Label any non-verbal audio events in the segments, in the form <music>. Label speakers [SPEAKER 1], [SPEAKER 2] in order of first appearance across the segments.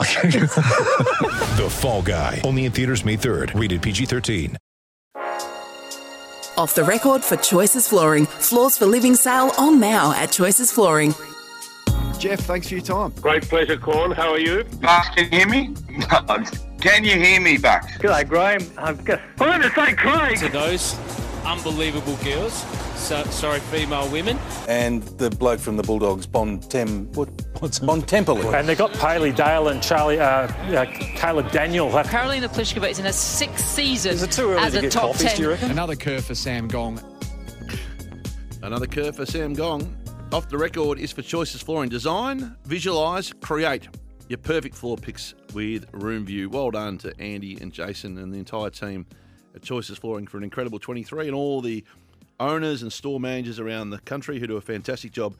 [SPEAKER 1] The Fall Guy. Only in theaters May 3rd. Rated PG-13.
[SPEAKER 2] Off the record for Choices Flooring. Floors for Living sale on now at Choices Flooring.
[SPEAKER 3] Jeff, thanks for your time.
[SPEAKER 4] Great pleasure, Corn. How are you?
[SPEAKER 5] Bucks, can you hear me? <laughs> can you hear me, Bucks?
[SPEAKER 6] G'day, Graham. I'm good.
[SPEAKER 4] I'm going to say Craig.
[SPEAKER 7] to those unbelievable girls. So, sorry, female women.
[SPEAKER 8] And the bloke from the Bulldogs, Bon Tem, what? Bon Temple.
[SPEAKER 9] And they got Paley Dale and Charlie, uh, uh, Caleb Daniel.
[SPEAKER 10] Carolina Pliskova is in her sixth season
[SPEAKER 9] Is it too early
[SPEAKER 10] as
[SPEAKER 9] to
[SPEAKER 10] a
[SPEAKER 9] get
[SPEAKER 10] top
[SPEAKER 9] coffees,
[SPEAKER 10] ten.
[SPEAKER 9] do you reckon?
[SPEAKER 11] Another curve for Sam Gong.
[SPEAKER 12] Another curve for Sam Gong. Off the record is for Choices Flooring Design. Visualise, create your perfect floor picks with Room View. Well done to Andy and Jason and the entire team at Choices Flooring for an incredible 23 and all the owners and store managers around the country who do a fantastic job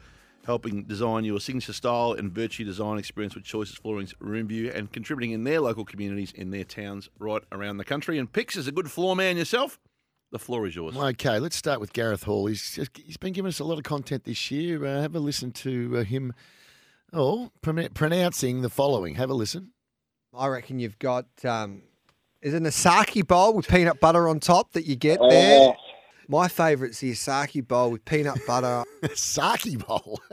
[SPEAKER 12] helping design your signature style and virtue design experience with Choices Flooring's Room View and contributing in their local communities in their towns right around the country. And Pix is a good floor man yourself. The floor is yours.
[SPEAKER 13] Okay, let's start with Gareth Hall. He's just, he's been giving us a lot of content this year. Uh, have a listen to uh, him. Oh, pron- pronouncing the following. Have a listen.
[SPEAKER 14] I reckon you've got um, is it an Asaki bowl with peanut butter on top that you get there. My favourite's the Asaki bowl with peanut
[SPEAKER 13] <laughs>
[SPEAKER 14] butter.
[SPEAKER 13] Saki bowl. <laughs>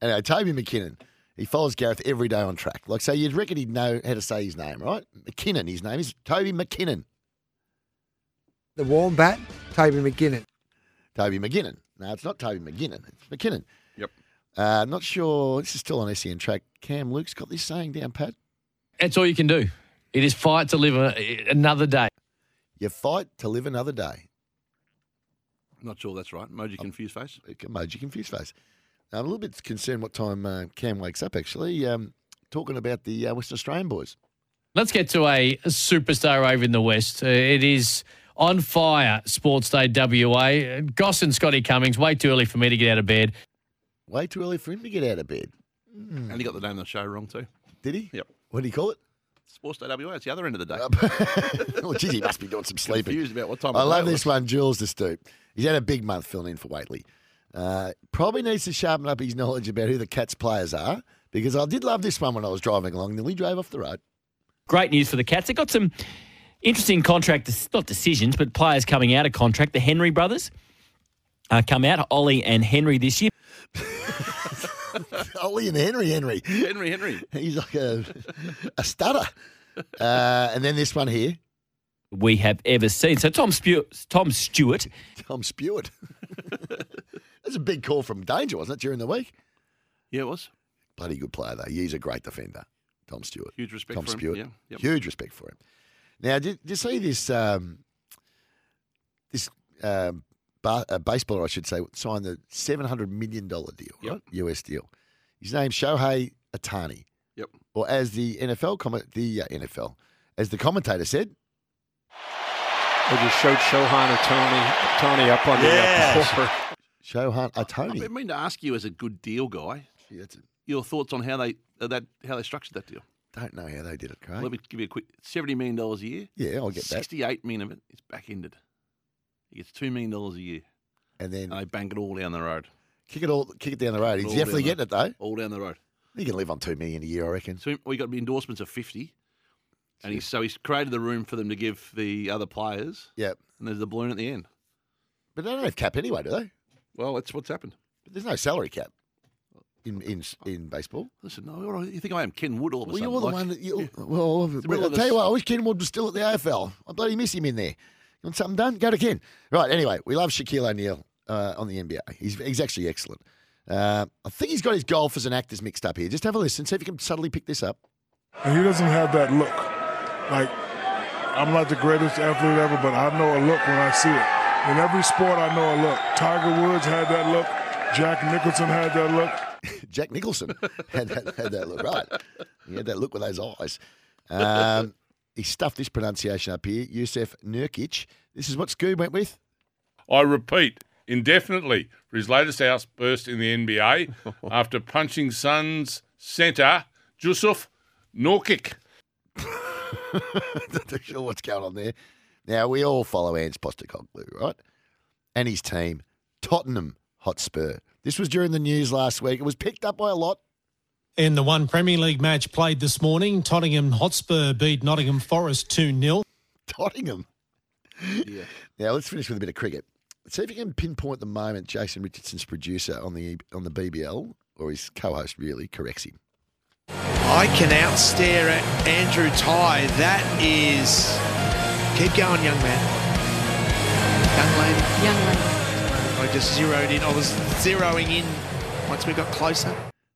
[SPEAKER 13] Anyway, Toby McKinnon. He follows Gareth every day on track. Like, so you'd reckon he'd know how to say his name, right? McKinnon. His name is Toby McKinnon.
[SPEAKER 14] the warm bat, Toby McGinnon.
[SPEAKER 13] Toby McGinnon. No, it's not Toby McGinnon. It's McKinnon.
[SPEAKER 12] Yep.
[SPEAKER 13] Uh, not sure. This is still on SEN track. Cam Luke's got this saying down, Pat.
[SPEAKER 11] That's all you can
[SPEAKER 12] <laughs>
[SPEAKER 11] do. It is fight to live a, another day.
[SPEAKER 13] You fight to live another day.
[SPEAKER 12] Not sure that's right.
[SPEAKER 13] Um,
[SPEAKER 12] Emoji confused face.
[SPEAKER 13] emoji confused face. I'm a little bit concerned what time uh, Cam wakes up. Actually, um, talking about the uh, West Australian boys.
[SPEAKER 11] Let's get to a superstar over in the West. Uh, it is on fire, Sports Day WA. Goss and Scotty Cummings, way too early for me to get out of bed.
[SPEAKER 13] Way too early for him to get out of bed. hmm.
[SPEAKER 12] And he got the name of the show wrong too.
[SPEAKER 13] Did he?
[SPEAKER 12] Yep.
[SPEAKER 13] What do you call it?
[SPEAKER 12] Sports Day WA. It's the other end of the day.
[SPEAKER 13] <laughs> oh, geez, he must be doing some sleeping.
[SPEAKER 12] Confused about what time
[SPEAKER 13] I
[SPEAKER 12] of
[SPEAKER 13] love
[SPEAKER 12] day it
[SPEAKER 13] this
[SPEAKER 12] was.
[SPEAKER 13] one, Jules the Stoop. He's had a big month filling in for Waitley. Uh, probably needs to sharpen up his knowledge about who the Cats players are because I did love this one when I was driving along. Nearly drove off the road.
[SPEAKER 15] great news for the Cats. They've got some interesting contract, not decisions, but players coming out of contract. The Henry brothers uh, come out, Ollie and Henry this year.
[SPEAKER 13] Ollie and Henry, Henry.
[SPEAKER 12] Henry Henry.
[SPEAKER 13] He's like a a stutter. Uh, and then this one here,
[SPEAKER 15] We have ever seen. So Tom, Spew- Tom Stewart,
[SPEAKER 13] Tom Stewart. That's a big call from Danger, wasn't it, during the week?
[SPEAKER 12] Yeah, it was.
[SPEAKER 13] Bloody good player, though. He's a great defender, Tom Stewart.
[SPEAKER 12] Huge respect
[SPEAKER 13] Tom
[SPEAKER 12] for him.
[SPEAKER 13] Stewart.
[SPEAKER 12] Yeah, yep.
[SPEAKER 13] Huge respect for him. Now, did, did you see this um, This um, ba- uh, baseballer, I should say, signed the $700 million deal,
[SPEAKER 12] Yep.
[SPEAKER 13] right? US deal. His name's Shohei Atani.
[SPEAKER 12] Yep.
[SPEAKER 13] Or as the NFL, comment, the uh, NFL, as the commentator said,
[SPEAKER 3] They just showed Shohan and Tony, Tony up on
[SPEAKER 12] Yes.
[SPEAKER 3] the uh,
[SPEAKER 13] Shohan
[SPEAKER 12] I've
[SPEAKER 13] Atani.
[SPEAKER 12] been meaning to ask you as a good deal guy,
[SPEAKER 13] Gee, that's a-
[SPEAKER 12] your thoughts on how they uh, that how they structured that deal.
[SPEAKER 13] don't know how they did it, Craig.
[SPEAKER 12] Let me give you a quick seventy million dollars a year.
[SPEAKER 13] yeah, I'll get that.
[SPEAKER 12] Sixty-eight million of it is back-ended. He gets two million dollars a year,
[SPEAKER 13] And then
[SPEAKER 12] and they bank it all down the road.
[SPEAKER 13] Kick it all, kick it down the road. He's
[SPEAKER 12] All
[SPEAKER 13] definitely
[SPEAKER 12] down
[SPEAKER 13] getting it though.
[SPEAKER 12] All down the road.
[SPEAKER 13] He can live on two million a year, I reckon.
[SPEAKER 12] So we got endorsements of fifty, and he, so he's created the room for them to give the other players,
[SPEAKER 13] Yeah,
[SPEAKER 12] and there's the balloon at the end.
[SPEAKER 13] but they don't have cap anyway, do they?
[SPEAKER 12] Well, that's what's happened.
[SPEAKER 13] But there's no salary cap in in in baseball.
[SPEAKER 12] Listen, no, all right, you think I am Ken Wood all of a
[SPEAKER 13] Well, you're
[SPEAKER 12] sudden?
[SPEAKER 13] the
[SPEAKER 12] like-
[SPEAKER 13] one that you. Well,
[SPEAKER 12] middle
[SPEAKER 13] I'll
[SPEAKER 12] of
[SPEAKER 13] tell you
[SPEAKER 12] the-
[SPEAKER 13] what. I wish Kenwood was still at the AFL. I bloody miss him in there. You want something done? Go to Ken. Right. Anyway, we love Shaquille O'Neal uh, on the NBA. He's he's actually excellent. Uh, I think he's got his golfers and actors mixed up here. Just have a listen. See if you can subtly pick this up.
[SPEAKER 16] And he doesn't have that look. Like, I'm not the greatest athlete ever, but I know a look when I see it. In every sport, I know a look. Tiger Woods had that look. Jack Nicholson had that look.
[SPEAKER 13] <laughs> Jack Nicholson had that, had that look, right? He had that look with those eyes. Um, He stuffed this pronunciation up here. Yusef Nurkic. This is what Scoob went with.
[SPEAKER 17] I repeat, indefinitely for his latest outburst in the
[SPEAKER 13] <laughs>
[SPEAKER 17] NBA after punching Suns centre Jusuf Norkic.
[SPEAKER 13] <laughs> Not sure what's going on there. Now we all follow Ange Postecoglou, right? And his team, Tottenham Hotspur. This was during the news last week. It was picked up by a lot.
[SPEAKER 6] In the one Premier League match played this morning, Tottenham Hotspur beat Nottingham Forest 2 0.
[SPEAKER 13] Tottenham? Yeah. Now let's finish with a bit of cricket. Let's see if you can pinpoint the moment Jason Richardson's producer on the on the BBL or his co-host really corrects him.
[SPEAKER 18] I can outstare at Andrew Ty. That is. Keep going, young man. Young lady. Young lady. I just zeroed in. I was zeroing in once we got closer.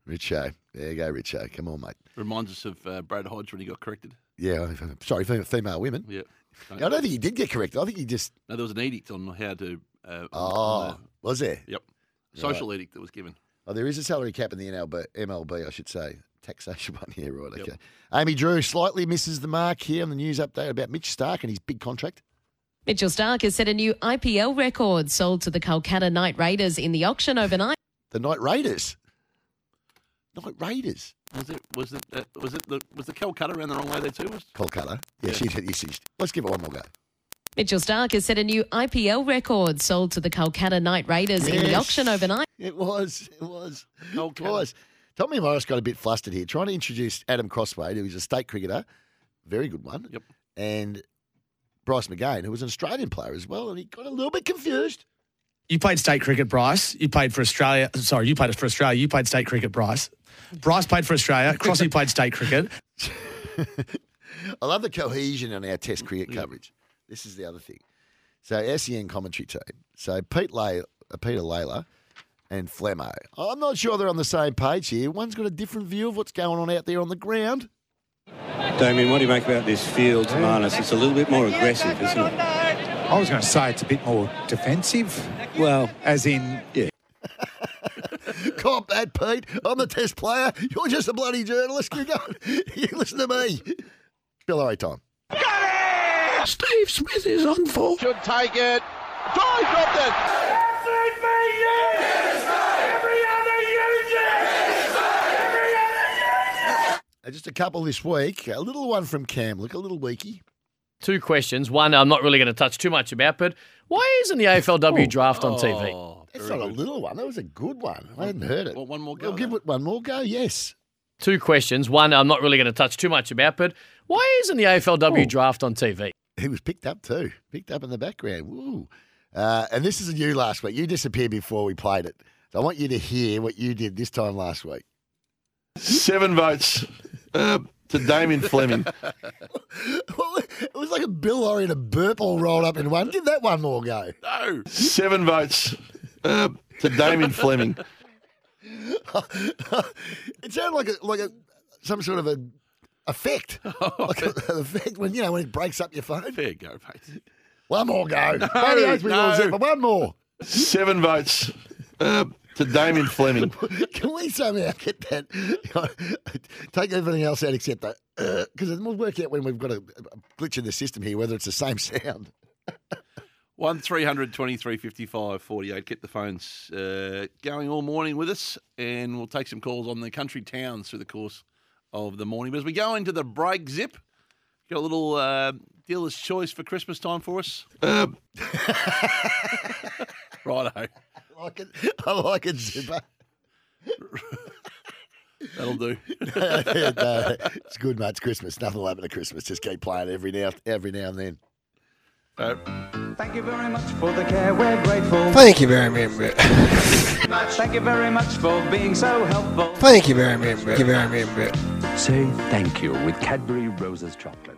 [SPEAKER 13] Richo, there you go, Richo. Come on, mate.
[SPEAKER 12] Reminds us of uh, Brad Hodge when he got corrected.
[SPEAKER 13] Yeah, I- sorry, fem- female women.
[SPEAKER 12] Yeah.
[SPEAKER 13] I don't think he did get corrected. I think he just
[SPEAKER 12] No, there was an edict on how to. Uh,
[SPEAKER 13] Oh,
[SPEAKER 12] on, uh,
[SPEAKER 13] was there?
[SPEAKER 12] Yep. Social
[SPEAKER 13] Right.
[SPEAKER 12] edict that was given.
[SPEAKER 13] Oh, there is a salary cap in the NLB, MLB, I should say. Taxation <laughs> one here, right? Okay. Amy Drew slightly misses the mark here on the news update about Mitch Stark and his big contract.
[SPEAKER 19] Mitchell Stark has set a new IPL record sold to the Kolkata Knight Raiders in the auction overnight.
[SPEAKER 13] The Knight Raiders. Knight Raiders.
[SPEAKER 12] Was it was it uh, was it the was the Calcutta around the wrong way there too? Was
[SPEAKER 13] Kolkata. Yeah, she did. yes, yes. Let's give it one more go.
[SPEAKER 19] Mitchell Stark has set a new IPL record sold to the Kolkata Knight Raiders in the
[SPEAKER 13] Yes.
[SPEAKER 19] auction overnight.
[SPEAKER 13] It was. It was. It was. Tommy Morris got a bit flustered here, trying to introduce Adam Crossway, who is a state cricketer, very good one. Yep. And Bryce McGain, who was an Australian player as well, and he got a little bit confused.
[SPEAKER 20] You played state cricket, Bryce. You played for Australia. Sorry, you played for Australia. You played state cricket, Bryce. Bryce played for Australia. Crossy
[SPEAKER 13] <laughs>
[SPEAKER 20] played state cricket.
[SPEAKER 13] I love the cohesion on our Test cricket coverage. This is the other thing. So SEN commentary team. So Pete Lay, uh, Peter Layla and Flemo. I'm not sure they're on the same page here. One's got a different view of what's going on out there on the ground.
[SPEAKER 21] Damien, what do you make about this field, Marnus? It's a little bit more aggressive, isn't it? I was going to say it's a bit more defensive. Well, as in, yeah.
[SPEAKER 13] Cop that, Pete. I'm the Test player. You're just a bloody journalist. Keep going. <laughs> You listen to me. Bill O'Reilly time.
[SPEAKER 22] Steve Smith is on for. Should take it. Drive dropped it.
[SPEAKER 13] Uh, Just a couple this week. A little one from Cam. Look, a little weaky.
[SPEAKER 11] Two questions. One I'm not really going to touch too much about, but why isn't the AFLW
[SPEAKER 13] Oh.
[SPEAKER 11] draft on TV?
[SPEAKER 13] That's not a little one. That was a good one. I hadn't heard it.
[SPEAKER 12] one more
[SPEAKER 13] go. We'll give it one more go. Yes.
[SPEAKER 11] Two questions. One I'm not really going to touch too much about, but why isn't the AFLW draft on TV?
[SPEAKER 13] Oh. He was picked up too. Picked up in the background. Woo. Uh, and this is a new last week. You disappeared before we played it. So I want you to hear what you did this time last week.
[SPEAKER 12] Seven votes uh, to Damien Fleming.
[SPEAKER 13] It was like a Bill Laurie and a burp all rolled up in one. Give that one more go.
[SPEAKER 12] No. Seven votes uh, to Damien Fleming.
[SPEAKER 13] <laughs> It sounded like a, like a some sort of a effect, like a, an effect when you know when it breaks up your phone.
[SPEAKER 12] Fair go, mate.
[SPEAKER 13] One more go.
[SPEAKER 12] No,
[SPEAKER 13] Bloody oath we
[SPEAKER 12] no.
[SPEAKER 13] will do, but one more.
[SPEAKER 12] Seven votes uh, to Damien Fleming.
[SPEAKER 13] <laughs> Can we somehow get that? <laughs> take everything else out except that, because it will work out when we've got a, a glitch in the system here whether it's the same sound.
[SPEAKER 12] <laughs> One 55 48. Keep the phones uh, going all morning with us, and we'll take some calls on the country towns through the course of the morning. But as we go into the break zip, got a little uh, dealer's choice for Christmas time for us. Um. <laughs> Righto,
[SPEAKER 13] I like it. I like it, Zipper.
[SPEAKER 12] <laughs> that'll do.
[SPEAKER 13] no, it's good, mate. It's Christmas. Nothing will happen at Christmas. Just keep playing every now, every now and then.
[SPEAKER 23] Thank you very much for the care, we're grateful.
[SPEAKER 24] Thank you very much.
[SPEAKER 23] Thank you very much for being so helpful.
[SPEAKER 24] Thank you very much. Thank you very much.
[SPEAKER 25] Say thank you with Cadbury Roses chocolate.